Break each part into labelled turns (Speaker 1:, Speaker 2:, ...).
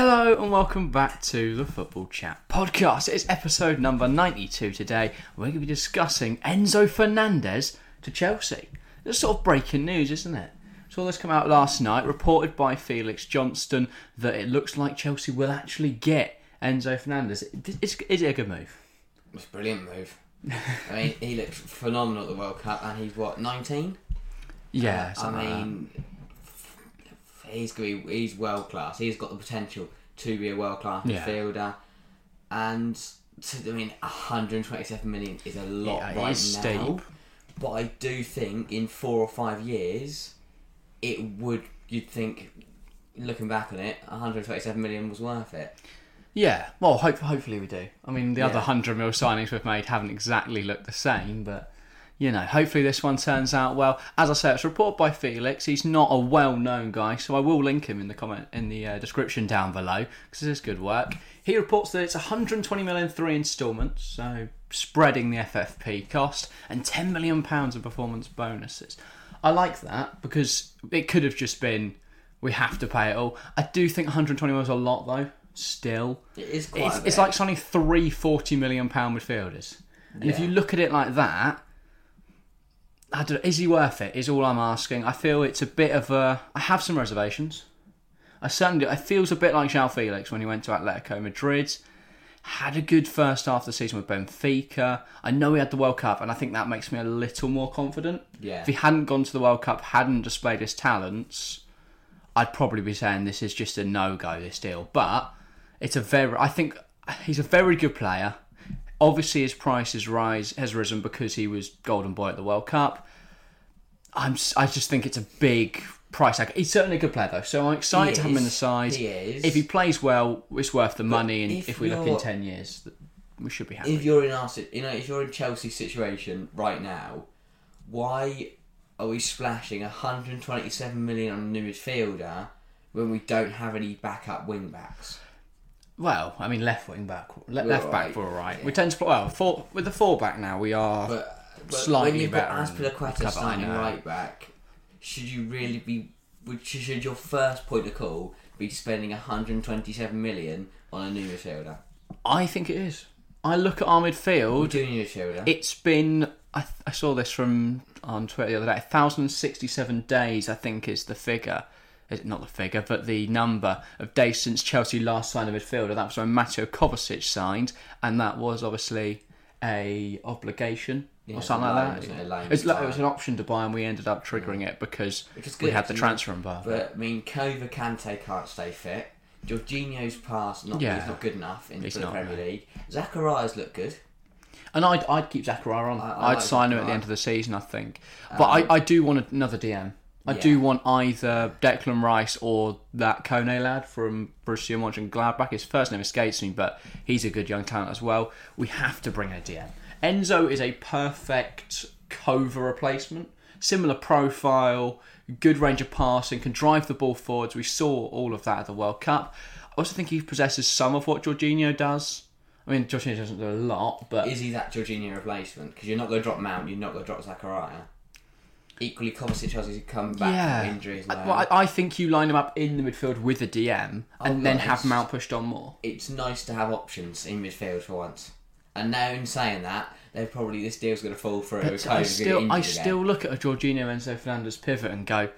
Speaker 1: Hello and welcome back to the Football Chat podcast. It's episode number 92 today. We're going to be discussing Enzo Fernandez to Chelsea. It's sort of breaking news, isn't it? So all this came out last night, reported by Felix Johnston that it looks like Chelsea will actually get Enzo Fernandez. Is, is it a good move?
Speaker 2: It's a brilliant move. I mean, he looked phenomenal at the World Cup, and he's what nineteen.
Speaker 1: Yeah,
Speaker 2: I mean, f- he's going. He's world class. He's got the potential to be a world class
Speaker 1: Yeah.
Speaker 2: midfielder, and to, I mean, 127 million is a lot
Speaker 1: Yeah, it
Speaker 2: right
Speaker 1: is
Speaker 2: now.
Speaker 1: steep.
Speaker 2: But I do think in four or five years, it would. You'd think, looking back on it, 127 million was worth it.
Speaker 1: yeah. Well, hope, hopefully we do. I mean, the other
Speaker 2: Yeah.
Speaker 1: 100 mil signings we've made haven't exactly looked the same, but you know, hopefully this one turns out well. As I say, it's reported by Felix. He's not a well-known guy, so I will link him in the comment in the uh, description down below because this is good work. He reports that it's 120 million in three instalments, so spreading the FFP cost and 10 million pounds of performance bonuses. I like that because it could have just been we have to pay it all. I do think 120 million is a lot though. Still,
Speaker 2: It is quite.
Speaker 1: it's,
Speaker 2: a
Speaker 1: it's
Speaker 2: bit.
Speaker 1: like signing three 40 million pound midfielders. And if
Speaker 2: Yeah.
Speaker 1: you look at it like that, I don't, is he worth it? Is all I'm asking. I feel it's a bit of a. I have some reservations. I certainly. do. It feels a bit like João Felix when he went to Atletico Madrid. Had a good first half of the season with Benfica. I know he had the World Cup, and I think that makes me a little more confident.
Speaker 2: Yeah.
Speaker 1: If he hadn't gone to the World Cup, hadn't displayed his talents, I'd probably be saying this is just a no go, this deal. But it's a very, I think he's a very good player. Obviously, his price is rise has risen because he was golden boy at the World Cup. I'm, s- I just think it's a big price tag. He's certainly a good player though, so I'm excited to have him in the
Speaker 2: is.
Speaker 1: side.
Speaker 2: He is.
Speaker 1: If he plays well, it's worth the money, and if,
Speaker 2: if
Speaker 1: we look in
Speaker 2: you're-
Speaker 1: ten years, th- we should be happy.
Speaker 2: if you're in our, si- you know, if you're in Chelsea's situation right now, why are we splashing 127 million on a new midfielder when we don't have any backup wing backs?
Speaker 1: Well, I mean, left wing back, le-
Speaker 2: We're
Speaker 1: left
Speaker 2: all
Speaker 1: back,
Speaker 2: right.
Speaker 1: we're all right.
Speaker 2: Yeah.
Speaker 1: We tend to play well four, with the four back now. We are
Speaker 2: But, uh, but
Speaker 1: Slightly
Speaker 2: when you've got
Speaker 1: better than
Speaker 2: Aspilaqueta
Speaker 1: Cavani,
Speaker 2: starting
Speaker 1: yeah.
Speaker 2: right back, should you really be? would- Should your first point of call be spending 127 million on a new midfielder?
Speaker 1: I think it is. I look at our midfield.
Speaker 2: We're doing a new midfielder.
Speaker 1: It's been. I, th- I saw this from on Twitter the other day. 1,067 days, I think, is the figure. Is not the figure, but the number of days since Chelsea last signed a midfielder. That was when Matteo Kovacic signed, and that was obviously a obligation or
Speaker 2: it's
Speaker 1: something
Speaker 2: a loan,
Speaker 1: like
Speaker 2: isn't it? A
Speaker 1: that.
Speaker 2: loan
Speaker 1: It's
Speaker 2: to
Speaker 1: like-
Speaker 2: buy.
Speaker 1: it was an option to buy, and we ended up triggering it because
Speaker 2: Which is
Speaker 1: we
Speaker 2: good,
Speaker 1: had the
Speaker 2: isn't it?
Speaker 1: transfer bar.
Speaker 2: But I mean, Kova Kante can't stay fit. Jorginho's pass not
Speaker 1: Yeah.
Speaker 2: is not good enough in
Speaker 1: He's
Speaker 2: for the
Speaker 1: not,
Speaker 2: Premier
Speaker 1: no.
Speaker 2: League. Zacharias looked good.
Speaker 1: And I'd, I'd keep Zachariah on.
Speaker 2: I
Speaker 1: I, would
Speaker 2: like
Speaker 1: sign him at the
Speaker 2: Zachariah. Um,
Speaker 1: end of the season, I think. But I, I do want another DM. I do
Speaker 2: Yeah.
Speaker 1: want either Declan Rice or that Kone lad from Borussia Mönchengladbach. His first name escapes me, but he's a good young talent as well. We have to bring in a DM. Enzo is a perfect Kova replacement. Similar profile, good range of passing, can drive the ball forwards. We saw all of that at the World Cup. I also think he possesses some of what Jorginho does. I mean, Jorginho doesn't do a lot, but
Speaker 2: Is he that Jorginho replacement? Because you're not going to drop Mount. You're not going to drop Zachariah. Equally, Kovacic has come back
Speaker 1: yeah.
Speaker 2: from injuries.
Speaker 1: I-
Speaker 2: now.
Speaker 1: well, I, I think you line them up in the midfield with a DM and then
Speaker 2: Oh, nice.
Speaker 1: have Mount pushed on more.
Speaker 2: it's nice to have options in midfield for once. And now, in saying that, they're probably this deal's going to fall through. Kova's
Speaker 1: I
Speaker 2: gonna get
Speaker 1: still, I
Speaker 2: injured again.
Speaker 1: still look at a Jorginho Enzo Fernandez pivot and go,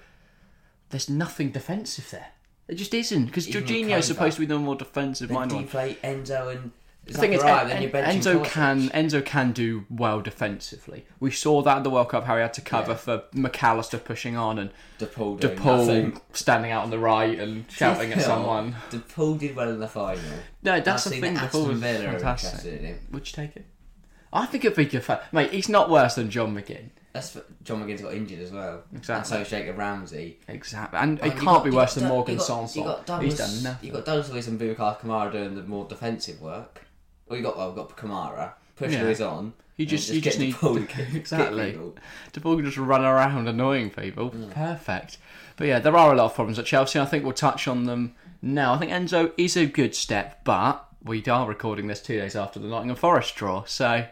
Speaker 1: there's nothing defensive there. There just isn't because
Speaker 2: Even with
Speaker 1: Jorginho is
Speaker 2: Kovac.
Speaker 1: supposed to be the more defensive
Speaker 2: Then
Speaker 1: minded
Speaker 2: do
Speaker 1: one.
Speaker 2: you play Enzo and
Speaker 1: The thing is,
Speaker 2: Zachariah?
Speaker 1: En-
Speaker 2: then you're
Speaker 1: En-
Speaker 2: benching
Speaker 1: Enzo
Speaker 2: Kovacic.
Speaker 1: can Enzo can do well defensively. We saw that at the World Cup how he had to cover
Speaker 2: Yeah.
Speaker 1: for McAllister pushing on and
Speaker 2: DePaul doing nothing.
Speaker 1: DePaul standing out on the right and shouting at
Speaker 2: Phil,
Speaker 1: someone.
Speaker 2: The Paul did well in the final.
Speaker 1: No, that's the
Speaker 2: I've seen
Speaker 1: thing.
Speaker 2: that
Speaker 1: DePaul was
Speaker 2: Aston Villa are
Speaker 1: fantastic.
Speaker 2: interested in him.
Speaker 1: Would you take it? I think it'd be good fun. Mate, he's not worse than John McGinn.
Speaker 2: That's f- John McGinn's got injured as well.
Speaker 1: Exactly.
Speaker 2: And so is Jacob Ramsey.
Speaker 1: Exactly. And it
Speaker 2: I mean,
Speaker 1: can't
Speaker 2: you got-
Speaker 1: be
Speaker 2: you
Speaker 1: worse
Speaker 2: got
Speaker 1: than
Speaker 2: Dun-
Speaker 1: Morgan
Speaker 2: you got-
Speaker 1: Sanson.
Speaker 2: You got
Speaker 1: he's
Speaker 2: Douglas,
Speaker 1: done nothing.
Speaker 2: You got Douglas Luiz and Bubakar Kamara doing the more defensive work. Well, you got well, we got Kamara. Push
Speaker 1: Yeah.
Speaker 2: Luiz on.
Speaker 1: You
Speaker 2: and
Speaker 1: just- you
Speaker 2: get
Speaker 1: just
Speaker 2: the
Speaker 1: need-
Speaker 2: ball and kick-
Speaker 1: exactly.
Speaker 2: kick people.
Speaker 1: DePaul can just run around annoying people.
Speaker 2: Mm.
Speaker 1: Perfect. But yeah, there are a lot of problems at Chelsea. and I think we'll touch on them now. I think Enzo is a good step, but we are recording this two days after the Nottingham Forest draw. So,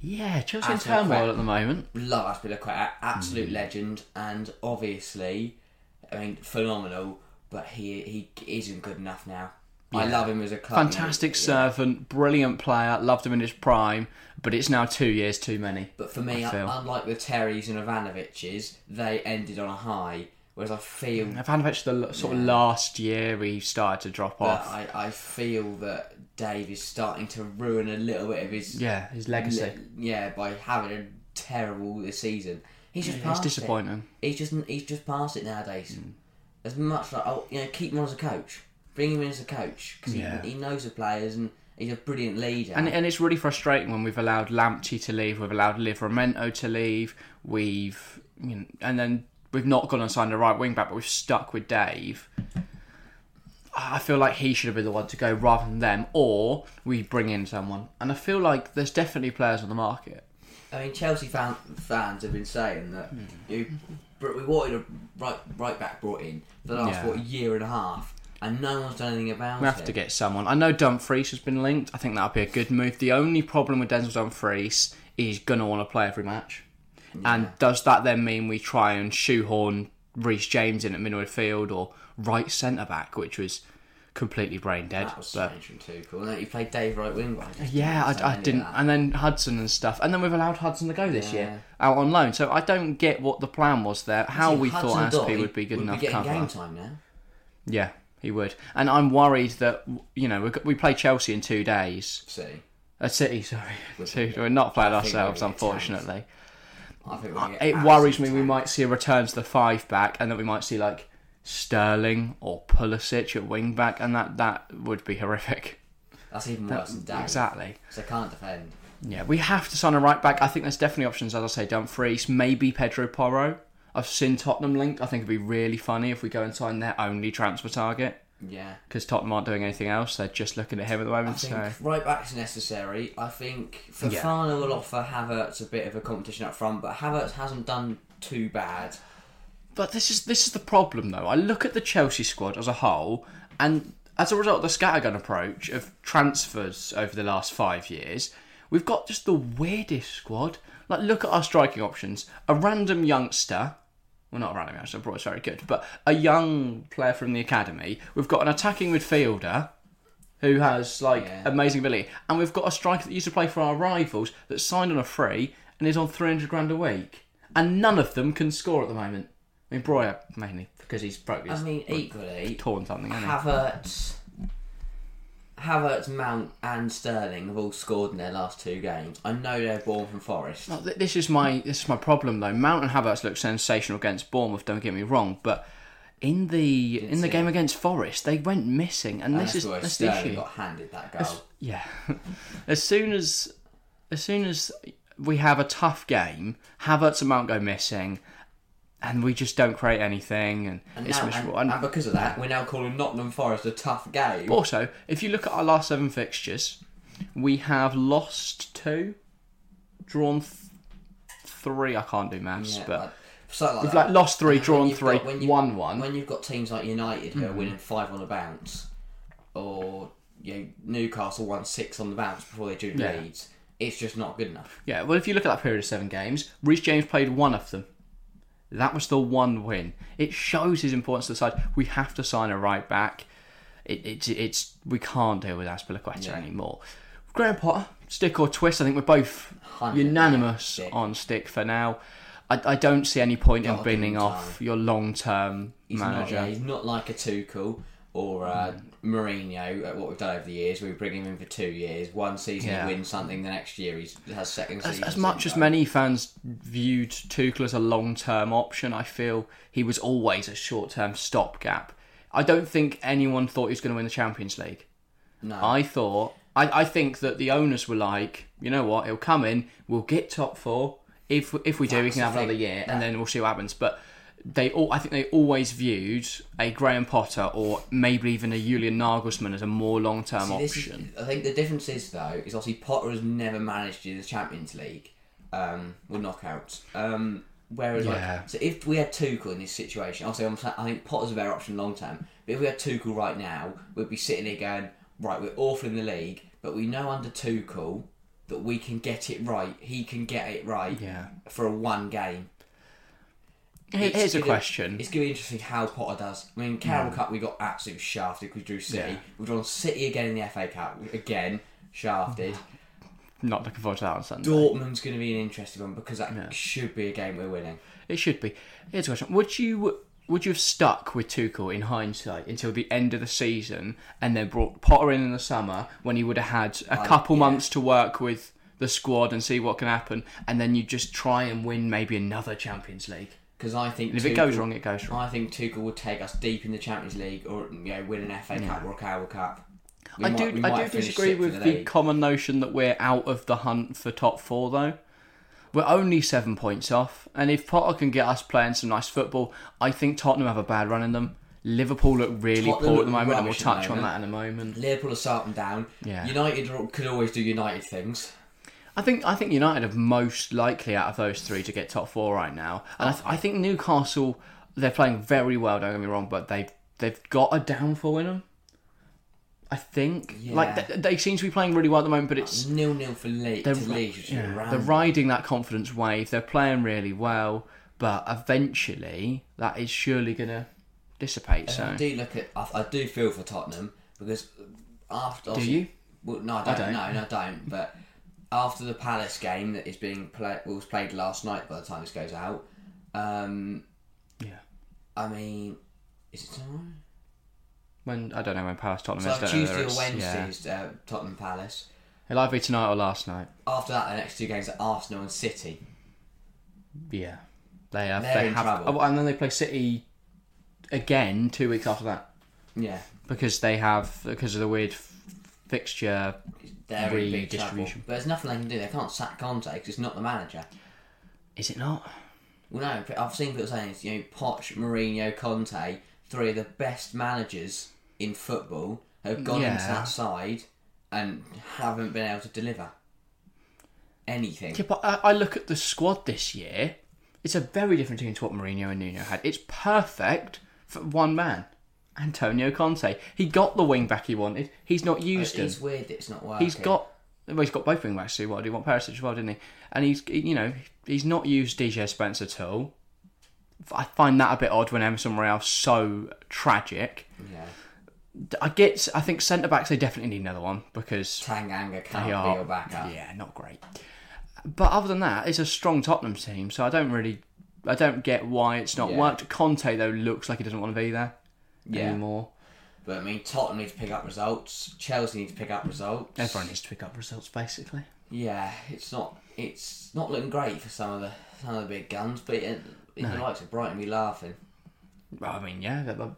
Speaker 1: yeah, Chelsea in
Speaker 2: That's not
Speaker 1: turmoil
Speaker 2: fair.
Speaker 1: at the moment.
Speaker 2: Love Aspilicueta,
Speaker 1: Mm.
Speaker 2: absolute legend, and obviously, I mean, phenomenal. But he he isn't good enough now. I love him as a club.
Speaker 1: Fantastic
Speaker 2: mate.
Speaker 1: servant, brilliant player, loved him in his prime, but it's now two years too many.
Speaker 2: But for me,
Speaker 1: I feel.
Speaker 2: unlike the Terrys and Ivanoviches, they ended on a high. Whereas I
Speaker 1: Mm,
Speaker 2: feel
Speaker 1: Ivanovic, the l- sort of last year he started to drop
Speaker 2: that
Speaker 1: off.
Speaker 2: I, I feel that Dave is starting to ruin a little bit of his
Speaker 1: yeah, his legacy.
Speaker 2: yeah by having a terrible this season. He's just
Speaker 1: it's
Speaker 2: past
Speaker 1: disappointing. Mm.
Speaker 2: It. He's just he's just past it nowadays. As much like oh you know keep him on as a coach, bring him in as a coach because
Speaker 1: Yeah.
Speaker 2: he, he knows the players and he's a brilliant leader.
Speaker 1: And, and it's really frustrating when we've allowed Lamptey to leave, we've allowed Livramento to leave, we've you know, and then we've not gone and signed a right wing back, but we've stuck with Dave. I I feel like he should have been the one to go rather than them, or we bring in someone. And I feel like there's definitely players on the market.
Speaker 2: I mean, Chelsea fan, fans have been saying that
Speaker 1: Hmm.
Speaker 2: you, but we wanted a right right back brought in for the last
Speaker 1: Yeah.
Speaker 2: what, year and a half, and no one's done anything about
Speaker 1: We have
Speaker 2: it.
Speaker 1: to get someone. I know Dumfries has been linked. I think that would be a good move. The only problem with Denzel Dumfries is he's going to want to play every match. And does that then mean we try and shoehorn Reece James in at midfield or right centre back, which was completely brain dead?
Speaker 2: that was
Speaker 1: But
Speaker 2: strange from Tuchel. And then you played Dave right wing back.
Speaker 1: yeah,
Speaker 2: Didn't say
Speaker 1: I, I
Speaker 2: any of
Speaker 1: didn't.
Speaker 2: that.
Speaker 1: And then Hudson and stuff. And then we've allowed Hudson to go this
Speaker 2: Yeah.
Speaker 1: year out on loan. So I don't get what the plan was there. How
Speaker 2: See,
Speaker 1: we thought
Speaker 2: Hudson-Odoi
Speaker 1: Aspie would be good
Speaker 2: would
Speaker 1: enough
Speaker 2: Be getting
Speaker 1: cover.
Speaker 2: game time now.
Speaker 1: Yeah, he would. And I'm worried that you know we we play Chelsea in two days.
Speaker 2: See,
Speaker 1: A City, sorry. Two, we're not playing ourselves,
Speaker 2: we're gonna get
Speaker 1: unfortunately.
Speaker 2: I think we're gonna get
Speaker 1: It
Speaker 2: absolutely
Speaker 1: worries me. We
Speaker 2: tanked.
Speaker 1: might see a return to the five back, and that we might see like Sterling or Pulisic at wing back, and that that would be horrific.
Speaker 2: That's even worse than Dave.
Speaker 1: Exactly.
Speaker 2: So they can't defend.
Speaker 1: Yeah, we have to sign a right back. I think there's definitely options, as I say, Dumfries, maybe Pedro Porro. I've seen Tottenham linked. I think it'd be really funny if we go and sign their only transfer target
Speaker 2: Yeah.
Speaker 1: because Tottenham aren't doing anything else. They're just looking at him at the moment.
Speaker 2: I think
Speaker 1: so
Speaker 2: right back's necessary. I think
Speaker 1: Yeah.
Speaker 2: Fafana will offer Havertz a bit of a competition up front, but Havertz hasn't done too bad.
Speaker 1: But this is this is the problem though. I look at the Chelsea squad as a whole, and as a result of the scattergun approach of transfers over the last five years, we've got just the weirdest squad. Like look at our striking options. A random youngster well, not a random youngster, Broad's very good, but a young player from the academy. We've got an attacking midfielder who has like
Speaker 2: Yeah.
Speaker 1: amazing ability, and we've got a striker that used to play for our rivals that's signed on a free and is on three hundred grand a week, and none of them can score at the moment. I mean, Breuer mainly because he's broke
Speaker 2: I
Speaker 1: his
Speaker 2: mean, equally,
Speaker 1: torn something. hasn't he?
Speaker 2: Havertz, Havertz, Mount, and Sterling have all scored in their last two games. I know they're born from Forest.
Speaker 1: Well, th- this is my this is my problem though. Mount and Havertz look sensational against Bournemouth. Don't get me wrong, but in the in the
Speaker 2: see
Speaker 1: game against Forest, they went missing, and,
Speaker 2: And
Speaker 1: this
Speaker 2: that's
Speaker 1: is
Speaker 2: why
Speaker 1: that's the
Speaker 2: Sterling
Speaker 1: issue.
Speaker 2: got handed that goal.
Speaker 1: Yeah. as soon as as soon as we have a tough game, Havertz and Mount go missing and we just don't create anything and,
Speaker 2: And,
Speaker 1: it's
Speaker 2: now, and,
Speaker 1: miserable. And,
Speaker 2: and because of that, we're now calling Nottingham Forest a tough game.
Speaker 1: also, if you look at our last seven fixtures, we have lost two, drawn th- three. I can't do maths,
Speaker 2: Yeah,
Speaker 1: but
Speaker 2: like, something like
Speaker 1: we've
Speaker 2: that.
Speaker 1: like lost three,
Speaker 2: And when
Speaker 1: drawn
Speaker 2: you've
Speaker 1: three,
Speaker 2: got- when you-
Speaker 1: won one. Mm-hmm.
Speaker 2: When you've got teams like United who are winning five on the bounce, or you know, Newcastle won six on the bounce before they drew
Speaker 1: Yeah.
Speaker 2: Leeds, it's just not good enough.
Speaker 1: Yeah, well, if you look at that period of seven games, Reece James played one of them. That was the one win. It shows his importance to the side. We have to sign a right back. It, it's it's we can't deal with Aspilicueta anymore. Graham Potter, stick or twist. I think we're both
Speaker 2: Hundred
Speaker 1: unanimous
Speaker 2: stick.
Speaker 1: on stick for now. I, I don't see any point
Speaker 2: Gotta
Speaker 1: in
Speaker 2: give him
Speaker 1: binning off your long term
Speaker 2: He's not, yeah,
Speaker 1: manager.
Speaker 2: he's not like a Tuchel or uh, Mourinho at what we've done over the years. We bring him in for two years. One season
Speaker 1: Yeah.
Speaker 2: he wins something, the next year he's has second
Speaker 1: As,
Speaker 2: season.
Speaker 1: as much as
Speaker 2: syndrome.
Speaker 1: many fans viewed Tuchel as a long term option, I feel he was always a short term stopgap. I don't think anyone thought he was going to win the Champions League.
Speaker 2: No.
Speaker 1: I thought, I, I think that the owners were like, you know what, he'll come in, we'll get top four. If if we do, we
Speaker 2: That's
Speaker 1: can have
Speaker 2: the
Speaker 1: another
Speaker 2: thing.
Speaker 1: year, and then we'll see what happens. But they all, I think they always viewed a Graham Potter or maybe even a Julian Nagelsmann as a more long term
Speaker 2: See, this is-
Speaker 1: option.
Speaker 2: I think the difference is though is obviously Potter has never managed in the Champions League, um, or knockouts. Um, whereas
Speaker 1: Yeah.
Speaker 2: like, so if we had Tuchel in this situation, obviously I'm, sa- I think Potter's a better option long term. But if we had Tuchel right now, we'd be sitting here going, right, we're awful in the league, but we know under Tuchel that we can get it right. He can get it right
Speaker 1: Yeah.
Speaker 2: for a one game. It's
Speaker 1: Here's a
Speaker 2: gonna-
Speaker 1: question. Hmm.
Speaker 2: It's going to be interesting how Potter does. I mean, Carroll Cup we got absolutely shafted because we drew City.
Speaker 1: Yeah.
Speaker 2: We've drawn City again in the FA Cup again, shafted.
Speaker 1: Not looking forward to that on Sunday.
Speaker 2: Dortmund's going to be an interesting one because that
Speaker 1: Yeah.
Speaker 2: should be a game we're winning.
Speaker 1: It should be. Here's a question: Would you would you have stuck with Tuchel in hindsight until the end of the season, and then brought Potter in in the summer when he would have had a couple
Speaker 2: yeah.
Speaker 1: months to work with the squad and see what can happen, and then you just try and win maybe another Champions League?
Speaker 2: Because I think
Speaker 1: And if it
Speaker 2: Tuchel-
Speaker 1: goes wrong, it goes wrong.
Speaker 2: I think Tuchel would take us deep in the Champions League or you know win an FA Cup or a Carroll Cup. We
Speaker 1: I
Speaker 2: might-
Speaker 1: do
Speaker 2: we
Speaker 1: I
Speaker 2: might
Speaker 1: do
Speaker 2: finish
Speaker 1: disagree
Speaker 2: sixth in
Speaker 1: with the
Speaker 2: league.
Speaker 1: common notion that we're out of the hunt for top four though. We're only seven points off, and if Potter can get us playing some nice football, I think Tottenham have a bad run in them. Liverpool look really
Speaker 2: Tottenham
Speaker 1: poor at the
Speaker 2: look
Speaker 1: moment, and we'll
Speaker 2: rubbish at
Speaker 1: touch
Speaker 2: the
Speaker 1: on
Speaker 2: moment.
Speaker 1: that in a moment.
Speaker 2: Liverpool are starting down.
Speaker 1: Yeah.
Speaker 2: United are- could always do United things.
Speaker 1: I think I think United are most likely out of those three to get top four right now, and I, th- I think Newcastle they're playing very well. Don't get me wrong, but they they've got a downfall in them. I think like
Speaker 2: Yeah.
Speaker 1: they, they seem to be playing really well at the moment, but it's
Speaker 2: Nil nil for Leeds.
Speaker 1: they're,
Speaker 2: to Leeds which is
Speaker 1: yeah,
Speaker 2: a
Speaker 1: they're
Speaker 2: round.
Speaker 1: riding that confidence wave. They're playing really well, but eventually that is surely going to dissipate. So
Speaker 2: I do look at. I, I do feel for Tottenham because after.
Speaker 1: do you?
Speaker 2: Well, no, I don't.
Speaker 1: don't.
Speaker 2: No, no, I don't. But after the Palace game that is being play, was played last night, by the time this goes out, um,
Speaker 1: Yeah.
Speaker 2: I mean, is it tomorrow?
Speaker 1: When I don't know when Palace Tottenham
Speaker 2: So
Speaker 1: is.
Speaker 2: like
Speaker 1: don't know whether
Speaker 2: Tuesday or
Speaker 1: it's-
Speaker 2: Wednesday
Speaker 1: Yeah.
Speaker 2: is uh, Tottenham Palace.
Speaker 1: It'll either be tonight or last night.
Speaker 2: After that, the next two games are Arsenal and City.
Speaker 1: Yeah, they have.
Speaker 2: They're
Speaker 1: They
Speaker 2: in
Speaker 1: have,
Speaker 2: trouble.
Speaker 1: oh, and then they play City again two weeks after that
Speaker 2: Yeah,
Speaker 1: because they have because of the weird f- fixture.
Speaker 2: they're in big trouble.
Speaker 1: Redistribution.
Speaker 2: But there's nothing they can do. They can't sack Conte because it's not the manager.
Speaker 1: Is it not?
Speaker 2: Well, no, but I've seen people saying it's you know Poch, Mourinho, Conte, three of the best managers in football have gone into
Speaker 1: Yeah.
Speaker 2: that side and haven't been able to deliver anything.
Speaker 1: Yeah, but I, I look at the squad this year. It's a very different team to what Mourinho and Nuno had. It's perfect for one man, Antonio Conte. He got the wing back he wanted. He's not used him.
Speaker 2: It's weird that it's not working.
Speaker 1: He's got. Well, he's got both wing backs. So he wanted. He wanted Perisic as well, didn't he? And he's, he- you know, he's not used DJ Spence at all. I find that a bit odd when Emerson Royale's so tragic.
Speaker 2: yeah.
Speaker 1: I get. I think centre backs they definitely need another one because
Speaker 2: Tanganga can't
Speaker 1: they
Speaker 2: be
Speaker 1: are.
Speaker 2: your backup.
Speaker 1: Yeah, not great. But other than that, it's a strong Tottenham team, so I don't really, I don't get why it's not
Speaker 2: Yeah.
Speaker 1: worked. Conte though looks like he doesn't want to be there
Speaker 2: Yeah.
Speaker 1: anymore.
Speaker 2: But I mean, Tottenham need to pick up results. Chelsea need to pick up results.
Speaker 1: Everyone needs to pick up results basically.
Speaker 2: Yeah, it's not it's not looking great for some of the some of the big guns. But it, it the likes of Brighton be laughing.
Speaker 1: Well, I mean, yeah, that- that-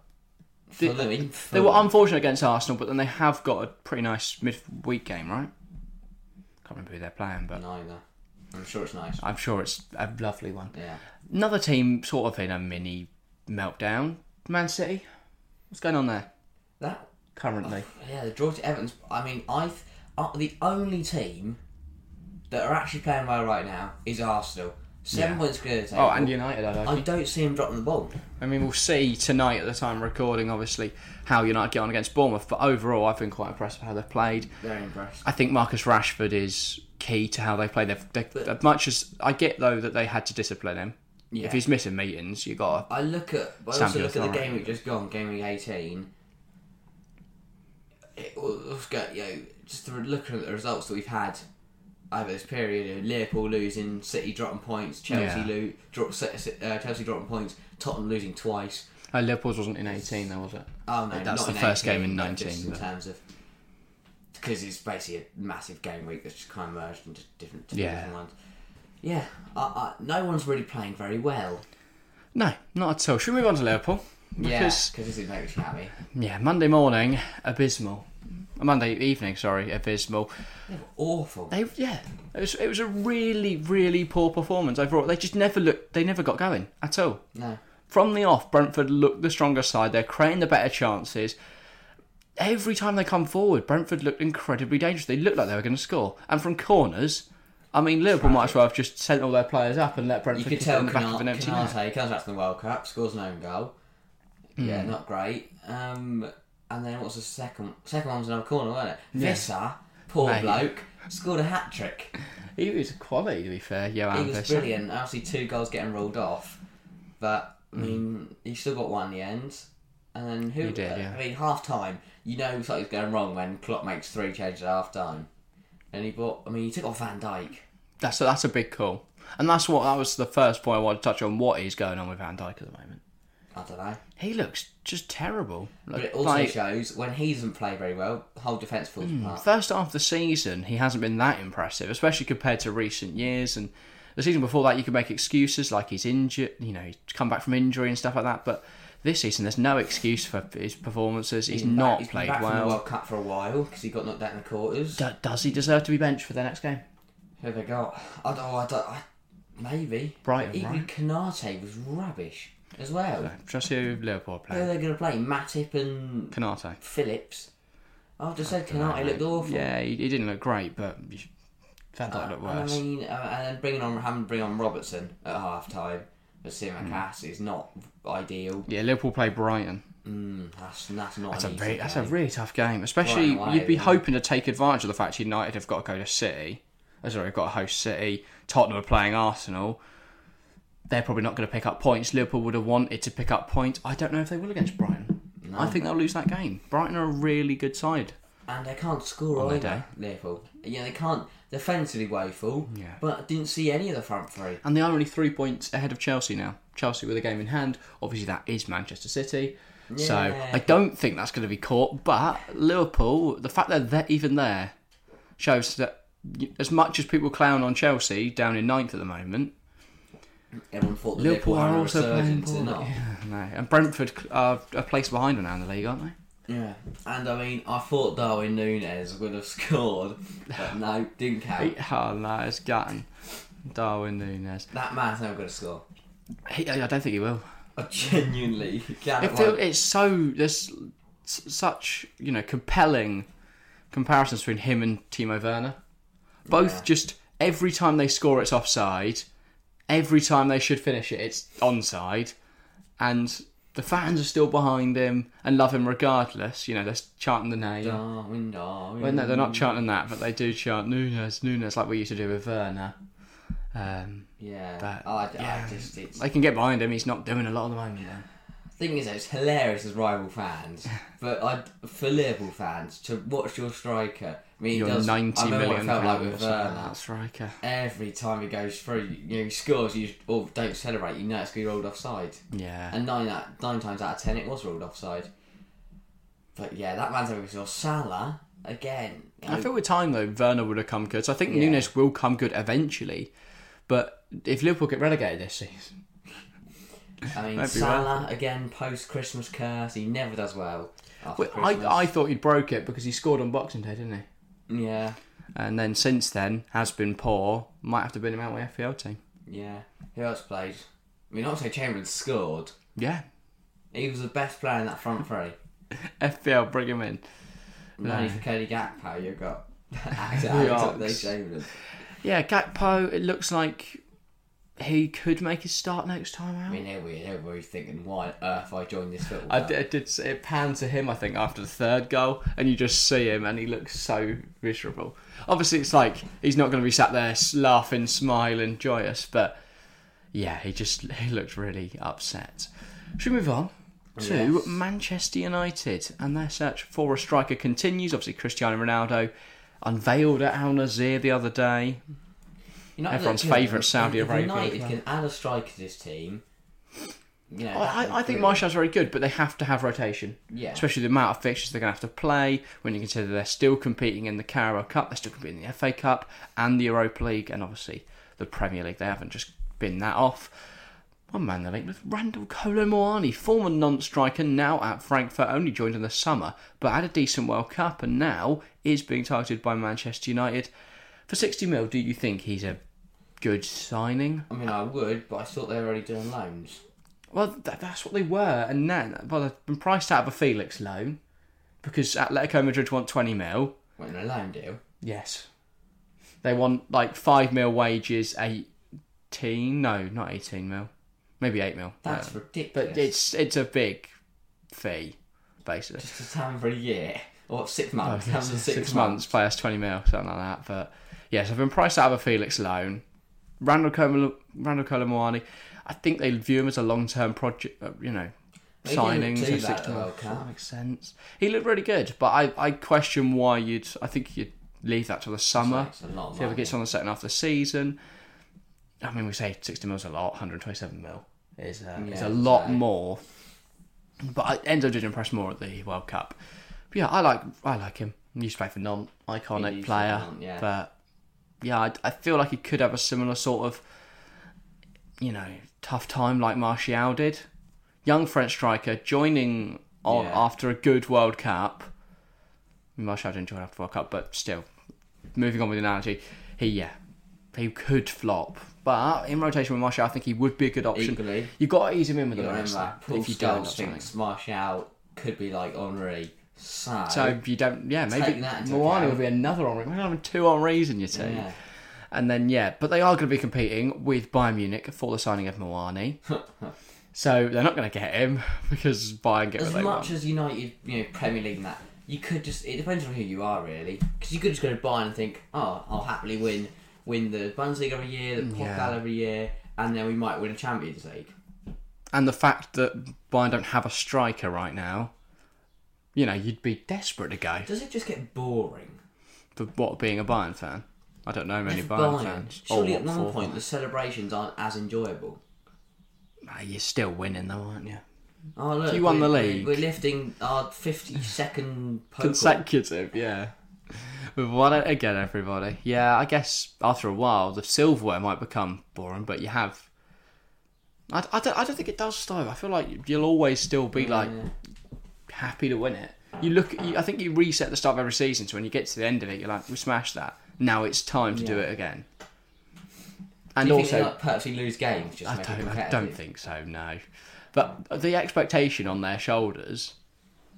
Speaker 1: They-
Speaker 2: Fulham,
Speaker 1: They were unfortunate against Arsenal, but then they have got a pretty nice midweek game, right? Can't remember who they're playing, but
Speaker 2: neither. I'm sure it's nice.
Speaker 1: I'm sure it's a lovely one.
Speaker 2: Yeah.
Speaker 1: Another team sort of in a mini meltdown. Man City. What's going on there
Speaker 2: That
Speaker 1: currently?
Speaker 2: yeah, the draw to Evans. I mean, I uh, the only team that are actually playing well right now is Arsenal. Seven
Speaker 1: Yeah.
Speaker 2: points clear of the table.
Speaker 1: Oh, and United, I don't.
Speaker 2: I don't see him dropping the ball.
Speaker 1: I mean, we'll see tonight at the time of recording, obviously, how United get on against Bournemouth. But overall, I've been quite impressed with how they've played.
Speaker 2: Very impressed.
Speaker 1: I think Marcus Rashford is key to how they play. They've, they as much as I get though that they had to discipline him.
Speaker 2: Yeah.
Speaker 1: If he's missing meetings, you got to
Speaker 2: I look at. but I
Speaker 1: Sam
Speaker 2: also look
Speaker 1: Gilson,
Speaker 2: at the
Speaker 1: alright.
Speaker 2: game week just gone, game week eighteen. It was got you know, just the- looking at the results that we've had over this period. you know, Liverpool losing, City dropping points, Chelsea
Speaker 1: Yeah.
Speaker 2: lo- drop, Se- Se- uh, Chelsea dropping points, Tottenham losing twice.
Speaker 1: Oh, Liverpool's wasn't in 18 though, was it?
Speaker 2: Oh no,
Speaker 1: That's
Speaker 2: not
Speaker 1: the
Speaker 2: in
Speaker 1: first
Speaker 2: 18,
Speaker 1: game in
Speaker 2: but
Speaker 1: 19,
Speaker 2: Just in
Speaker 1: but-
Speaker 2: terms of because it's basically a massive game week that's just kind of merged into different, different
Speaker 1: Yeah.
Speaker 2: ones. Yeah, I, I, no one's really playing very well.
Speaker 1: No, not at all. Should we move on to Liverpool?
Speaker 2: Yeah,
Speaker 1: Because-
Speaker 2: because this is makes me happy.
Speaker 1: Yeah, Monday morning, abysmal. Uh, Monday evening, sorry, abysmal.
Speaker 2: They're awful.
Speaker 1: They yeah, it was it was a really really poor performance overall. They just never looked. They never got going at all.
Speaker 2: No.
Speaker 1: From the off, Brentford looked the stronger side. They're creating the better chances. Every time they come forward, Brentford looked incredibly dangerous. They looked like they were going to score. And from corners, I mean, Liverpool might as well have just sent all their players up and let
Speaker 2: You
Speaker 1: Brentford
Speaker 2: could
Speaker 1: kick it
Speaker 2: tell
Speaker 1: in the back of an
Speaker 2: Canate,
Speaker 1: empty net.
Speaker 2: Canate comes back from the World Cup, scores an own goal.
Speaker 1: Hmm.
Speaker 2: Yeah, not great. Um, and then what's the second? Second one was another corner, wasn't it? Visser, poor
Speaker 1: Mate.
Speaker 2: bloke, scored a hat trick.
Speaker 1: He was quality, to be fair. Johan
Speaker 2: He was
Speaker 1: Visser.
Speaker 2: brilliant. Obviously, two goals getting ruled off. But I mean, he still got one in the end. And then who?
Speaker 1: Mm. He did, yeah.
Speaker 2: I mean, half time. You know something's going wrong when Klopp makes three changes at half time. And he bought. I mean, he took off Van Dyke.
Speaker 1: That's a, that's a big call, and that's what that was the first point I wanted to touch on. What is going on with Van Dijk at the moment?
Speaker 2: I don't know.
Speaker 1: He looks just terrible.
Speaker 2: But
Speaker 1: Like, Mm.
Speaker 2: it also shows when he doesn't play very well, the whole defence falls apart.
Speaker 1: first half of the season, he hasn't been that impressive, especially compared to recent years. And the season before that, you could make excuses like he's injured, you know, he's come back from injury and stuff like that. But this season, there's no excuse for his performances. He's,
Speaker 2: been
Speaker 1: not
Speaker 2: back- he's been
Speaker 1: played
Speaker 2: back From the
Speaker 1: well.
Speaker 2: World Cup for a while because he got knocked out in the quarters.
Speaker 1: D- does he deserve to be benched for the next game?
Speaker 2: Who they got? I don't. I don't. I, maybe.
Speaker 1: Brighton,
Speaker 2: Even
Speaker 1: right?
Speaker 2: Canate was rubbish as well.
Speaker 1: Just who Liverpool are
Speaker 2: Who are
Speaker 1: playing?
Speaker 2: they going to play? Matip and
Speaker 1: Canate.
Speaker 2: Phillips. I've Oh, just said Canate looked awful.
Speaker 1: Yeah, he, he didn't look great, but you- Van Dijk looked
Speaker 2: I
Speaker 1: worse.
Speaker 2: mean, uh, and then bringing on having to bring on Robertson at half time for
Speaker 1: Hmm.
Speaker 2: Simacas is not ideal.
Speaker 1: Yeah, Liverpool play Brighton.
Speaker 2: Mm, that's that's not.
Speaker 1: That's a
Speaker 2: an easy
Speaker 1: really, that's a
Speaker 2: game.
Speaker 1: really tough game, especially
Speaker 2: Right away,
Speaker 1: you'd be
Speaker 2: yeah.
Speaker 1: hoping to take advantage of the fact United have got to go to City. Oh, sorry, have got to host City. Tottenham are playing Arsenal. They're probably not going to pick up points. Liverpool would have wanted to pick up points. I don't know if they will against Brighton. I think they'll lose that game. Brighton are a really good side.
Speaker 2: and they can't score
Speaker 1: their
Speaker 2: either. Liverpool. Yeah, they can't. Defensively woeful.
Speaker 1: Yeah.
Speaker 2: But I didn't see any of the front three.
Speaker 1: And they are only three points ahead of Chelsea now. Chelsea with a game in hand. Obviously, that is Manchester City. So
Speaker 2: Yeah.
Speaker 1: I don't think that's going to be caught. But Liverpool, the fact that they're even there shows that y- as much as people clown on Chelsea down in ninth at the moment,
Speaker 2: Everyone thought that
Speaker 1: Liverpool,
Speaker 2: Liverpool, had
Speaker 1: are
Speaker 2: a
Speaker 1: also playing
Speaker 2: resurgence.
Speaker 1: poorly.
Speaker 2: They're not.
Speaker 1: Yeah, no. And Brentford are a place behind now in the league, aren't they?
Speaker 2: Yeah, and I mean, I thought Darwin Nunes would have scored, but no, didn't count.
Speaker 1: Oh, no, it's Gatton. Darwin Nunes.
Speaker 2: That man's never going to score.
Speaker 1: He, I don't think he will.
Speaker 2: I genuinely can't.
Speaker 1: it feel, it's so there's s- such you know compelling comparisons between him and Timo Werner. Both
Speaker 2: Yeah.
Speaker 1: just every time they score, it's offside. Every time they should finish it, it's onside, and the fans are still behind him and love him regardless. You know they're chanting the name.
Speaker 2: Darwin, Darwin.
Speaker 1: Well, no, they're not chanting that, but they do chant Nunes, Nunes, like we used to do with Werner. Um,
Speaker 2: Yeah,
Speaker 1: That-
Speaker 2: I, I
Speaker 1: yeah.
Speaker 2: just it's.
Speaker 1: they can get behind him. He's not doing a lot at the moment. Though.
Speaker 2: thing is, it's hilarious as rival fans, but I for Liverpool fans to watch your striker. I mean, he
Speaker 1: You're
Speaker 2: does, I
Speaker 1: ninety
Speaker 2: remember
Speaker 1: million
Speaker 2: what it felt like
Speaker 1: pounds.
Speaker 2: with uh, Werner.
Speaker 1: That's right.
Speaker 2: Every time he goes through, you know, he scores. You or don't celebrate. You know it's going to be rolled offside.
Speaker 1: Yeah.
Speaker 2: And nine out, nine times out of ten, it was ruled offside. But yeah, that man's over saw Salah again.
Speaker 1: I feel with time though, Werner would have come good. So I think
Speaker 2: Yeah.
Speaker 1: Nunes will come good eventually. But if Liverpool get relegated this season,
Speaker 2: I mean,
Speaker 1: that'd be
Speaker 2: Salah again post Christmas curse. He never does well after
Speaker 1: Well,
Speaker 2: Christmas.
Speaker 1: I, I thought he broke it because he scored on Boxing Day, didn't he?
Speaker 2: Yeah,
Speaker 1: And then since then has been poor. Might have to bin him out with FPL team.
Speaker 2: yeah. Who else played? I mean, obviously Chamberlain scored.
Speaker 1: Yeah,
Speaker 2: He was the best player in that front three.
Speaker 1: FPL bring him in.
Speaker 2: No. Only for Cody Gakpo, you've got Alex
Speaker 1: Ox.
Speaker 2: Chamberlain.
Speaker 1: Yeah, Gakpo. It looks like he could make his start next time out.
Speaker 2: I mean, he'll be, he'll be thinking, why on earth I joined this football?
Speaker 1: I
Speaker 2: club?
Speaker 1: did, did see- it panned to him, I think, after the third goal, and you just see him, and he looks so miserable. Obviously, it's like he's not going to be sat there s- laughing, smiling, joyous, but yeah, he just he looked really upset. Should we move on to
Speaker 2: Yes.
Speaker 1: Manchester United and their search for a striker continues? Obviously, Cristiano Ronaldo unveiled at Al Nazir the other day.
Speaker 2: You know,
Speaker 1: Everyone's
Speaker 2: look, you know,
Speaker 1: favourite Saudi
Speaker 2: if
Speaker 1: Arabian
Speaker 2: United
Speaker 1: club.
Speaker 2: can add a striker to this team. You
Speaker 1: I,
Speaker 2: know, that'd be
Speaker 1: I, I think
Speaker 2: brilliant.
Speaker 1: Martial's very good, but they have to have rotation.
Speaker 2: Yeah.
Speaker 1: Especially the amount of fixtures they're going to have to play when you consider they're still competing in the Carabao Cup, they're still competing in the FA Cup and the Europa League, and obviously the Premier League. They haven't just been that off. One man they're linked with Randall Kolo Moani, former non striker, now at Frankfurt, only joined in the summer, but had a decent World Cup and now is being targeted by Manchester United. For 60 mil, do you think he's a good signing?
Speaker 2: I mean, I would, but I thought they were already doing loans.
Speaker 1: Well, th- that's what they were, and then well, they've been priced out of a Felix loan because Atletico Madrid want twenty mil.
Speaker 2: Went on a loan deal.
Speaker 1: Yes, they want like five mil wages, eighteen. No, not eighteen mil, maybe eight mil.
Speaker 2: That's
Speaker 1: but
Speaker 2: ridiculous.
Speaker 1: it's it's a big fee, basically.
Speaker 2: It's just time for a year or six months. That was six,
Speaker 1: Oh, six
Speaker 2: months.
Speaker 1: months, play us 20 mil, something like that. But yes, I've been priced out of a Felix loan. Randall Colo- Randall Colomwani, I think they view him as a long term project. uh, You know,
Speaker 2: They didn't
Speaker 1: signings
Speaker 2: do
Speaker 1: and
Speaker 2: that
Speaker 1: six
Speaker 2: at
Speaker 1: to
Speaker 2: the
Speaker 1: nine.
Speaker 2: World Cup.
Speaker 1: That makes sense. He looked really good, but I, I question why you'd. I think you'd leave that to the summer.
Speaker 2: It's a lot of
Speaker 1: See if it
Speaker 2: money.
Speaker 1: gets on the second half of the season. I mean, we say 60 mil's a lot, 127 mil is, uh, is a
Speaker 2: Yeah,
Speaker 1: lot
Speaker 2: so-
Speaker 1: more. But I, Enzo did impress more at the World Cup. But yeah, I like I like him. He used to play for Nantes,
Speaker 2: He
Speaker 1: iconic
Speaker 2: used to
Speaker 1: player.
Speaker 2: play for Nantes, yeah.
Speaker 1: But yeah, I, I feel like he could have a similar sort of, you know, tough time like Martial did. Young French striker joining on
Speaker 2: Yeah.
Speaker 1: after a good World Cup. Martial didn't join after World Cup, but still, moving on with the analogy, he yeah, he could flop, but in rotation with Martial, I think he would be a good option.
Speaker 2: Equally.
Speaker 1: You've got to ease him in with
Speaker 2: You
Speaker 1: the
Speaker 2: remember
Speaker 1: rest
Speaker 2: that Paul
Speaker 1: if you don't.
Speaker 2: Scholes
Speaker 1: something.
Speaker 2: thinks Martial could be like Henri. Sad.
Speaker 1: So if you don't, yeah, maybe
Speaker 2: Take that into
Speaker 1: Moana
Speaker 2: account.
Speaker 1: would be another Henri. We're having two Henri's in your team,
Speaker 2: Yeah.
Speaker 1: and then yeah, but they are going to be competing with Bayern Munich for the signing of Moani. so they're not going to get him because Bayern get
Speaker 2: as
Speaker 1: what they
Speaker 2: much
Speaker 1: want.
Speaker 2: as United, you know, Premier League and that, you could just. It depends on who you are, really, because you could just go to Bayern and think, oh, I'll happily win, win the Bundesliga every year, the Pokal
Speaker 1: Yeah.
Speaker 2: every year, and then we might win a Champions League.
Speaker 1: And the fact that Bayern don't have a striker right now, you know, you'd be desperate to go.
Speaker 2: Does it just get boring?
Speaker 1: for what being a Bayern fan. I don't know many
Speaker 2: If
Speaker 1: Bayern,
Speaker 2: Bayern-
Speaker 1: fans. Or
Speaker 2: Surely at
Speaker 1: what
Speaker 2: one
Speaker 1: for.
Speaker 2: point the celebrations aren't as enjoyable.
Speaker 1: Ah, you're still winning though, aren't you?
Speaker 2: Oh look,
Speaker 1: You won the
Speaker 2: we're-
Speaker 1: league.
Speaker 2: We're lifting our fifty-second Pokal.
Speaker 1: Consecutive, yeah. We've won it again, everybody. Yeah, I guess after a while the silverware might become boring, but you have. I, I, don't, I don't think it does though. I feel like you'll always still be like happy to win it. You look, you, I think you reset the start of every season, so when you get to the end of it, you're like, we smashed that. Now it's time to do
Speaker 2: Yeah.
Speaker 1: it again. And
Speaker 2: Do you
Speaker 1: also,
Speaker 2: think they like purposely lose games just to
Speaker 1: I
Speaker 2: make it
Speaker 1: don't, I
Speaker 2: competitive?
Speaker 1: don't think so, no. But the expectation on their shoulders,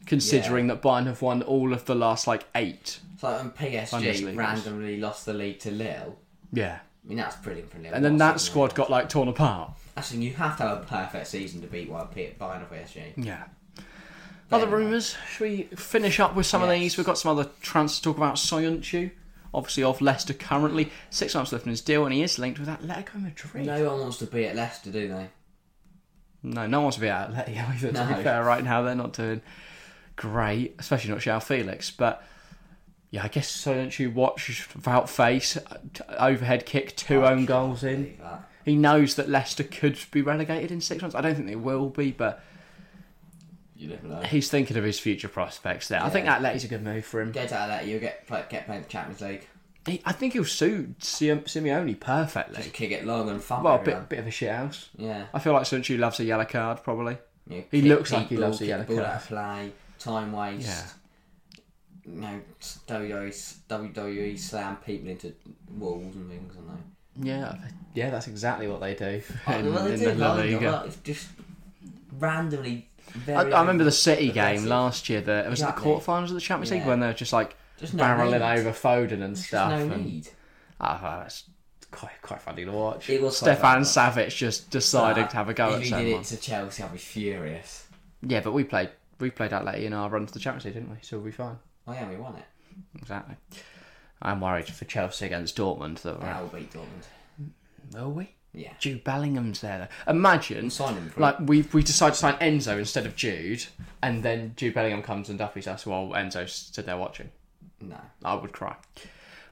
Speaker 1: considering that Bayern have won all of the last like eight.
Speaker 2: It's like when PSG
Speaker 1: Bundesliga.
Speaker 2: randomly lost the league to Lille.
Speaker 1: Yeah.
Speaker 2: I mean, that's brilliant from Lille.
Speaker 1: And then
Speaker 2: What a
Speaker 1: that
Speaker 2: season.
Speaker 1: squad got like torn apart.
Speaker 2: Actually, you have to have a perfect season to beat one P- Bayern or PSG.
Speaker 1: Yeah. Other rumours? Should we finish up with some of
Speaker 2: Yes.
Speaker 1: these? We've got some other trans to talk about. Soyuncu, obviously off Leicester currently. Six months left in his deal, and he is linked with Atletico Madrid.
Speaker 2: No one wants to be at Leicester, do they?
Speaker 1: No, no one wants to be out at Atleti either, to be
Speaker 2: No.
Speaker 1: fair, right now. They're not doing great, especially not Shao Felix. But yeah, I guess so don't you watch without face, uh, t- overhead kick, two own goals in.
Speaker 2: Believe that.
Speaker 1: He knows that Leicester could be relegated in six months. I don't think they will be, but
Speaker 2: You never know.
Speaker 1: he's thinking of his future prospects there. I think
Speaker 2: Yeah.
Speaker 1: Atleti's a good move for him.
Speaker 2: Get out of that, you'll get, play, get playing the Champions League.
Speaker 1: He, I think he'll suit Sim- Simeone
Speaker 2: Just
Speaker 1: perfectly.
Speaker 2: kick it long and thump
Speaker 1: Well, a
Speaker 2: everyone.
Speaker 1: bit, bit of a shithouse.
Speaker 2: Yeah.
Speaker 1: I feel like Sunchu loves a yellow card, probably.
Speaker 2: You know,
Speaker 1: He
Speaker 2: kick
Speaker 1: looks like he
Speaker 2: people,
Speaker 1: loves the
Speaker 2: kick
Speaker 1: yellow
Speaker 2: ball
Speaker 1: card.
Speaker 2: out of play, time waste.
Speaker 1: Yeah.
Speaker 2: You know, WWE, WWE slam people into walls and things, and they.
Speaker 1: Yeah, yeah, that's exactly what they do in,
Speaker 2: Oh, Well, they
Speaker 1: in
Speaker 2: do
Speaker 1: the La
Speaker 2: line them
Speaker 1: Liga.
Speaker 2: up, it's just randomly. Very
Speaker 1: I, I remember the City
Speaker 2: Progressive.
Speaker 1: game last year. That it was
Speaker 2: Exactly.
Speaker 1: in the quarterfinals of the Champions League
Speaker 2: Yeah.
Speaker 1: when they were just like
Speaker 2: Just no
Speaker 1: barreling
Speaker 2: need.
Speaker 1: over Foden and stuff.
Speaker 2: There's no
Speaker 1: and,
Speaker 2: need.
Speaker 1: Ah, well, that's quite quite funny to watch.
Speaker 2: It was quite
Speaker 1: Stefan
Speaker 2: funny.
Speaker 1: Savic just deciding to have a go
Speaker 2: if
Speaker 1: at
Speaker 2: he did
Speaker 1: someone.
Speaker 2: it to Chelsea, I'd be furious.
Speaker 1: Yeah, but we played we played Atleti in our run to the Champions League, didn't we? So we'll be fine.
Speaker 2: Oh yeah, we won it.
Speaker 1: Exactly. I'm worried for Chelsea against Dortmund. That
Speaker 2: That will beat Dortmund.
Speaker 1: will we?
Speaker 2: Yeah.
Speaker 1: Jude Bellingham's there though. Imagine
Speaker 2: sign him for
Speaker 1: like we we decide to sign Enzo instead of Jude, and then Jude Bellingham comes and Duffy's us while Enzo stood there watching.
Speaker 2: No.
Speaker 1: I would cry.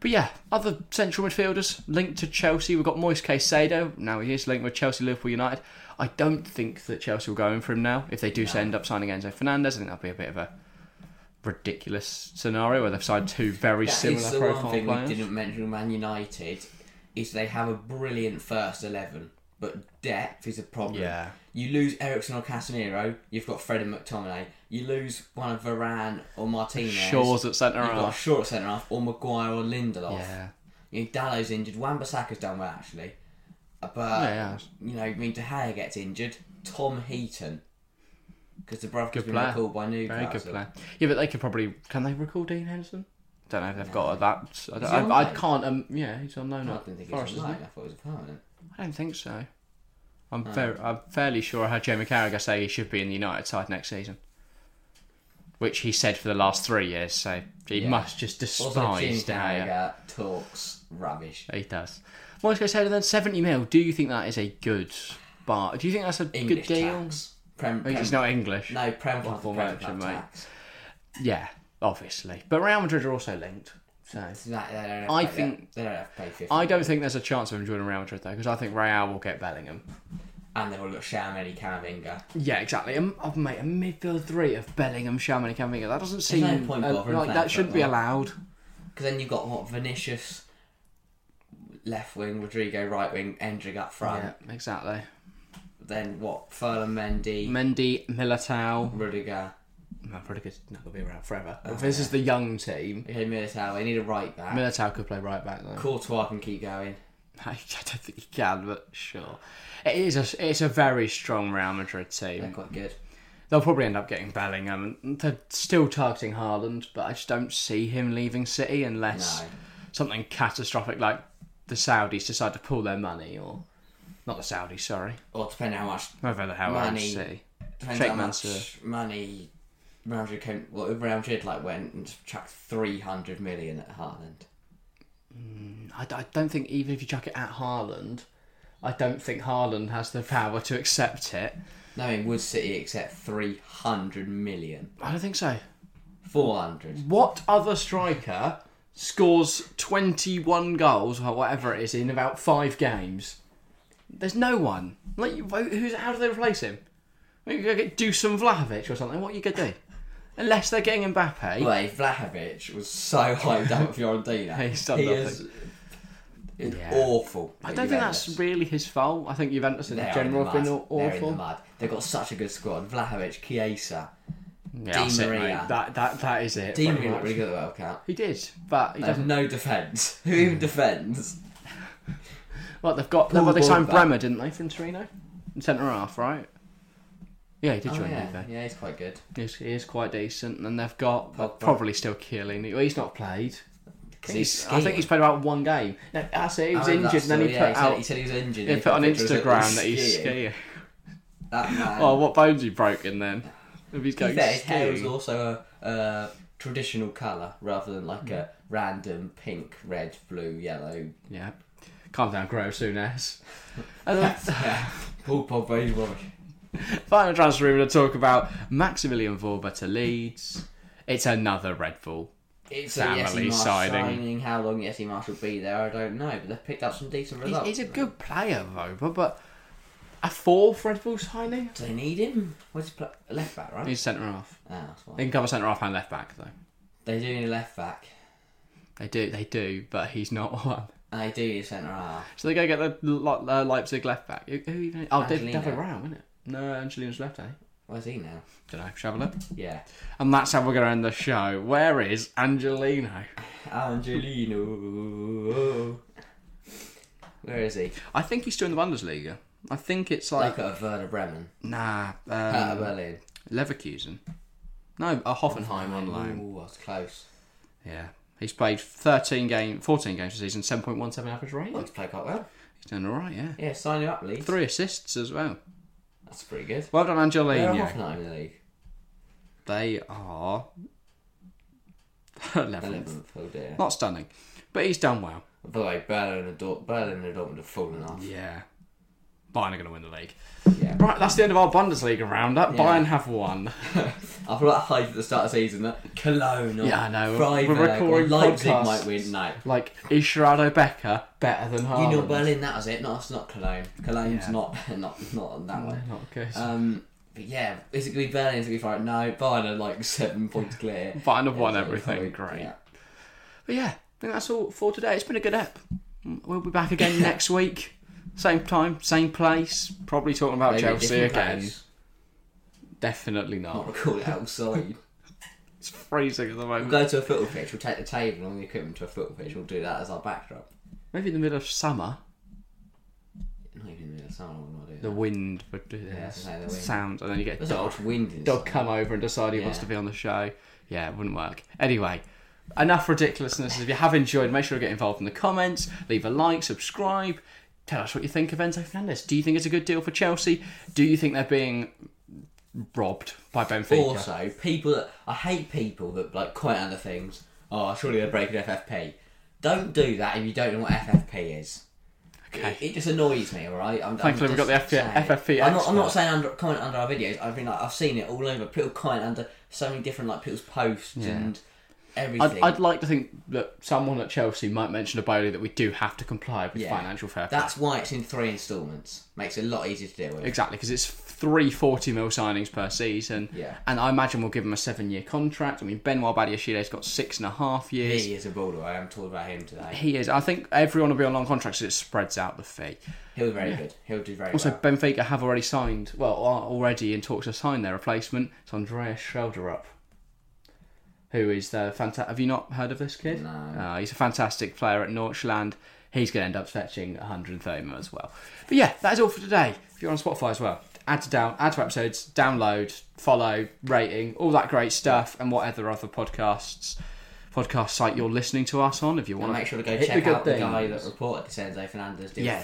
Speaker 1: But yeah, other central midfielders linked to Chelsea. We've got Moise Caicedo. Now he is linked with Chelsea, Liverpool, United. I don't think that Chelsea will go in for him now. If they do end up signing Enzo Fernandez, I think that'll be a bit of a ridiculous scenario where they've signed two very
Speaker 2: That
Speaker 1: similar
Speaker 2: is the
Speaker 1: profile
Speaker 2: one thing
Speaker 1: players.
Speaker 2: we didn't mention with Man United is they have a brilliant first eleven, but depth is a problem.
Speaker 1: Yeah.
Speaker 2: You lose Ericsson or Casemiro, you've got Fred and McTominay. You lose one of Varane or Martinez.
Speaker 1: Shaw's at centre
Speaker 2: You've got a
Speaker 1: half.
Speaker 2: short centre half or Maguire or Lindelof.
Speaker 1: Yeah.
Speaker 2: You know, Dallow's injured. Wan Bissaka's done well actually, Uh, but
Speaker 1: Yeah, yeah.
Speaker 2: you know, I mean, De Gea gets injured. Tom Heaton, because the brother's been
Speaker 1: player.
Speaker 2: recalled by Newcastle.
Speaker 1: Very good plan. Yeah, but they could probably can they recall Dean Henderson? Don't know if they've got that. I,
Speaker 2: he on
Speaker 1: don't, I, I
Speaker 2: loan?
Speaker 1: can't. Um, yeah, he's on
Speaker 2: I
Speaker 1: loan. at
Speaker 2: didn't think it
Speaker 1: Forest,
Speaker 2: was
Speaker 1: isn't
Speaker 2: online.
Speaker 1: he?
Speaker 2: I thought it was a permanent.
Speaker 1: I don't think so. I'm
Speaker 2: Hmm.
Speaker 1: fair, I'm fairly sure I heard Jamie Carragher say he should be in the United side next season, which he said for the last three years. So he
Speaker 2: Yeah.
Speaker 1: must just
Speaker 2: Also, Jim
Speaker 1: despise De Gea.
Speaker 2: Gallagher talks rubbish.
Speaker 1: He does. Moise Caicedo then seventy mil. Do you think that is a good bar. Do you think that's a
Speaker 2: English
Speaker 1: good deal?
Speaker 2: tax. Prem,
Speaker 1: Oh,
Speaker 2: prem,
Speaker 1: He's not English.
Speaker 2: no, Prem
Speaker 1: What
Speaker 2: can't
Speaker 1: for
Speaker 2: prem can't
Speaker 1: merchant, mate?
Speaker 2: tax.
Speaker 1: Yeah, obviously. But Real Madrid are also linked. So
Speaker 2: So that- they don't have to
Speaker 1: I
Speaker 2: pay-
Speaker 1: think-
Speaker 2: they don't have to pay fifty.
Speaker 1: I don't think there's a chance of him joining Real Madrid though, because I think Real will get Bellingham.
Speaker 2: and they've all got Shameli Camavinga.
Speaker 1: Yeah, exactly. Um, oh, mate, a midfield three of Bellingham, Shaman, and Camavinga. That doesn't seem
Speaker 2: no point
Speaker 1: uh,
Speaker 2: bothering
Speaker 1: like
Speaker 2: with
Speaker 1: that
Speaker 2: that,
Speaker 1: shouldn't
Speaker 2: but
Speaker 1: be
Speaker 2: no.
Speaker 1: allowed.
Speaker 2: Because then you've got what Vinicius left wing, Rodrigo right wing, Endrig up front.
Speaker 1: Yeah, exactly.
Speaker 2: Then what? Furlan Mendy,
Speaker 1: Mendy, Militao.
Speaker 2: Rudiger,
Speaker 1: No, Rudiger's not gonna be around forever. If this is the young team.
Speaker 2: okay, Militao. They need a right back.
Speaker 1: Militao could play right back though.
Speaker 2: Courtois can keep going.
Speaker 1: I don't think he can, but sure. It is a it's a very strong Real Madrid team.
Speaker 2: They're quite good.
Speaker 1: They'll probably end up getting Bellingham. They're still targeting Haaland, but I just don't see him leaving City unless
Speaker 2: No.
Speaker 1: something catastrophic like the Saudis decide to pull their money or not the Saudis, sorry.
Speaker 2: Or depending how much,
Speaker 1: Whoever the hell
Speaker 2: Money.
Speaker 1: owns City.
Speaker 2: depends
Speaker 1: Sheikh
Speaker 2: how much
Speaker 1: Mansour.
Speaker 2: money Real Madrid came, well, Real Madrid like went and chucked three hundred million at Haaland.
Speaker 1: I, I don't think even if you chuck it at Haaland, I don't think Haaland has the power to accept it.
Speaker 2: No, I mean, would City accept three hundred million?
Speaker 1: I don't think so.
Speaker 2: Four hundred.
Speaker 1: What other striker scores 21 goals or whatever it is in about five games? There's no one. Like, you- who's how do they replace him? Are you gonna get Dusan Vlahovic or something? What are you gonna do? Unless they're getting Mbappe.
Speaker 2: Play Vlahovic was so hyped up with Fiorentina.
Speaker 1: He's done
Speaker 2: he
Speaker 1: nothing.
Speaker 2: is is
Speaker 1: Yeah.
Speaker 2: awful.
Speaker 1: I don't think that's really his fault. I think Juventus in general have been aw-
Speaker 2: They're in the
Speaker 1: awful.
Speaker 2: mud. They've got such a good squad. Vlahovic, Chiesa,
Speaker 1: Yeah, that's it, mate.
Speaker 2: Maria.
Speaker 1: That, that, that is it.
Speaker 2: Dean
Speaker 1: pretty
Speaker 2: really,
Speaker 1: much.
Speaker 2: really good at the World Cup.
Speaker 1: He did, but he
Speaker 2: They have
Speaker 1: doesn't.
Speaker 2: no defence. Who even defends?
Speaker 1: Well, they've got.
Speaker 2: Paul
Speaker 1: well, they signed
Speaker 2: Pogba.
Speaker 1: Bremer, didn't they, from Torino? Centre half, right? Yeah, he did
Speaker 2: Oh,
Speaker 1: join the UK.
Speaker 2: yeah. yeah, he's quite good.
Speaker 1: He's, he is quite decent, and they've got
Speaker 2: Pogba.
Speaker 1: probably still Chiellini. Well, he's not played.
Speaker 2: 'Cause
Speaker 1: He's, I
Speaker 2: skiing.
Speaker 1: think he's played about one game. No, that's it. He
Speaker 2: I
Speaker 1: was
Speaker 2: remember
Speaker 1: injured,
Speaker 2: that
Speaker 1: and then he
Speaker 2: story,
Speaker 1: put
Speaker 2: Oh, yeah,
Speaker 1: out.
Speaker 2: he Said, he said he was injured.
Speaker 1: he
Speaker 2: and
Speaker 1: put on
Speaker 2: pictures of him
Speaker 1: Instagram that he's skiing.
Speaker 2: That man.
Speaker 1: Oh, what bones he broken then? If he's
Speaker 2: To
Speaker 1: going
Speaker 2: be fair, his hair was
Speaker 1: skiing.
Speaker 2: also a, a traditional colour rather than like
Speaker 1: Mm.
Speaker 2: a random pink, red, blue, yellow.
Speaker 1: Yeah. Calm down, Grove Souness. And then
Speaker 2: Paul Pogba is rubbish.
Speaker 1: Final transfer we're going to talk about Maximilian Vorba to Leeds. It's another Red Bull.
Speaker 2: It's
Speaker 1: Family
Speaker 2: a Yeti Marsh
Speaker 1: siding.
Speaker 2: signing. How long Yeti Marsh will be there, I don't know. But they've picked up some decent
Speaker 1: He's,
Speaker 2: results.
Speaker 1: he's a good player, Vorba, but a fourth Red Bull signing?
Speaker 2: Do they need him? Where's he play? Left back, right?
Speaker 1: He's centre half.
Speaker 2: Ah, that's fine.
Speaker 1: They can cover centre half and left back, though.
Speaker 2: They do need a left back.
Speaker 1: They do, they do, but he's not one.
Speaker 2: And they do need a centre half.
Speaker 1: So they go get the Le- Le- Leipzig left back. Who who even? Oh, David,
Speaker 2: Angelino.
Speaker 1: David Rao, isn't it? No, Angelino's left, eh?
Speaker 2: Where's he now?
Speaker 1: Don't know. Shall we look?
Speaker 2: Yeah.
Speaker 1: And that's how we're going to end the show. Where is Angelino?
Speaker 2: Angelino. Where is he?
Speaker 1: I think he's still in the Bundesliga. I think it's like
Speaker 2: Look at Werder Bremen.
Speaker 1: nah, um,
Speaker 2: Out of Berlin.
Speaker 1: Leverkusen. No, uh, Hoffenheim on loan.
Speaker 2: Ooh, that's close.
Speaker 1: Yeah, he's played thirteen game, fourteen games this season, seven point one seven average rating.
Speaker 2: Wants to play quite well.
Speaker 1: He's doing all right. Yeah,
Speaker 2: Yeah, sign him up, Leeds.
Speaker 1: three assists as well.
Speaker 2: That's pretty good.
Speaker 1: Well done,
Speaker 2: They're
Speaker 1: Angelino.
Speaker 2: Hoffenheim in the league.
Speaker 1: They are eleventh.
Speaker 2: Eleventh, oh dear.
Speaker 1: Not stunning, but he's done well.
Speaker 2: By the way, Berlin and Dort- Berlin and Dortmund have fallen off.
Speaker 1: Yeah. Bayern are going to win the league.
Speaker 2: Yeah.
Speaker 1: Right, that's the end of our Bundesliga roundup.
Speaker 2: Yeah.
Speaker 1: Bayern have won.
Speaker 2: I feel like hype at the start of the season that Cologne or
Speaker 1: Yeah, I know.
Speaker 2: Freiburg
Speaker 1: We're recording
Speaker 2: or Leipzig
Speaker 1: podcasts.
Speaker 2: might win. No.
Speaker 1: Like, is Sherardo Becker better than
Speaker 2: You
Speaker 1: Haaland?
Speaker 2: know Berlin, that was it. No, it's not Cologne. Cologne's
Speaker 1: Oh, Yeah.
Speaker 2: not not not on that one.
Speaker 1: Not good.
Speaker 2: Um, but yeah, is it gonna be Berlin? Is it gonna be Freiburg? No, Bayern are like seven points clear.
Speaker 1: Bayern have
Speaker 2: Yeah,
Speaker 1: won
Speaker 2: so
Speaker 1: everything.
Speaker 2: Freiburg,
Speaker 1: Great.
Speaker 2: yeah.
Speaker 1: But yeah, I think that's all for today. It's been a good ep. We'll be back again next week. Same time, same place. Probably talking about
Speaker 2: Maybe a
Speaker 1: Chelsea
Speaker 2: different
Speaker 1: again.
Speaker 2: place.
Speaker 1: Definitely
Speaker 2: Not
Speaker 1: not.
Speaker 2: record it outside.
Speaker 1: It's freezing at the moment.
Speaker 2: We'll go to a football pitch. We'll take the table and all the equipment to a football pitch. We'll do that as our backdrop.
Speaker 1: Maybe in the middle of summer,
Speaker 2: Not even the sound. We'll not do
Speaker 1: the
Speaker 2: that.
Speaker 1: wind would do this.
Speaker 2: that's the wind.
Speaker 1: sound, and then you get
Speaker 2: There's a lot of wind in
Speaker 1: dog come over and decide he wants
Speaker 2: Yeah.
Speaker 1: to be on the show. Yeah, it wouldn't work. Anyway, enough ridiculousness. If you have enjoyed, make sure to get involved in the comments, leave a like, subscribe. Tell us what you think of Enzo Fernandez. Do you think it's a good deal for Chelsea? Do you think they're being robbed by Benfica?
Speaker 2: Also, people that I hate people that like comment other things. Oh, surely they're breaking FFP. Don't do that if you don't know what FFP is.
Speaker 1: Okay.
Speaker 2: It, it just annoys me, alright? I'm,
Speaker 1: Thankfully,
Speaker 2: I'm
Speaker 1: we've got
Speaker 2: just
Speaker 1: the FP
Speaker 2: saying.
Speaker 1: FFP
Speaker 2: I'm not, I'm not
Speaker 1: expert.
Speaker 2: saying under, comment under our videos. I've been like, I've seen it all over. People comment under so many different like people's posts
Speaker 1: Yeah.
Speaker 2: and
Speaker 1: I'd,
Speaker 2: everything.
Speaker 1: I'd like to think that someone at Chelsea might mention to Bowley that we do have to comply with
Speaker 2: Yeah.
Speaker 1: financial fair play.
Speaker 2: That's why it's in three instalments. Makes it a lot easier to deal with.
Speaker 1: Exactly, because it's three 40 mil signings per season.
Speaker 2: Yeah.
Speaker 1: And I imagine we'll give him a seven year contract. I mean, Benoit Badiashile's got six and a half years.
Speaker 2: He is a baller. I am talking about him today.
Speaker 1: He is. I think everyone will be on long contracts, so it spreads out the fee.
Speaker 2: He'll be very good. He'll do very
Speaker 1: Also,
Speaker 2: well.
Speaker 1: Benfica have already signed, well, are already in talks to sign their replacement. It's Andreas Schelderup, who is the fantastic. Have you not heard of this kid?
Speaker 2: No.
Speaker 1: Uh, he's a fantastic player at Norchland. He's going to end up fetching 130 mil as well. But yeah, that is all for today. If you're on Spotify as well, add to down, add to episodes, download, follow, rating, all that great stuff, and whatever other podcasts, podcast site you're listening to us on. If you want
Speaker 2: And make sure to go
Speaker 1: hit
Speaker 2: check
Speaker 1: good
Speaker 2: out the guy
Speaker 1: things.
Speaker 2: that reported the Senzo Fernandez deal
Speaker 1: Yes.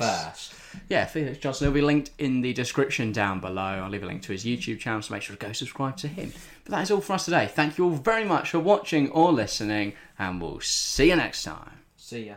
Speaker 2: first.
Speaker 1: Yeah, Felix Johnson. He'll be linked in the description down below. I'll leave a link to his YouTube channel, so make sure to go subscribe to him. But that is all for us today. Thank you all very much for watching or listening, and we'll see you next time.
Speaker 2: See ya.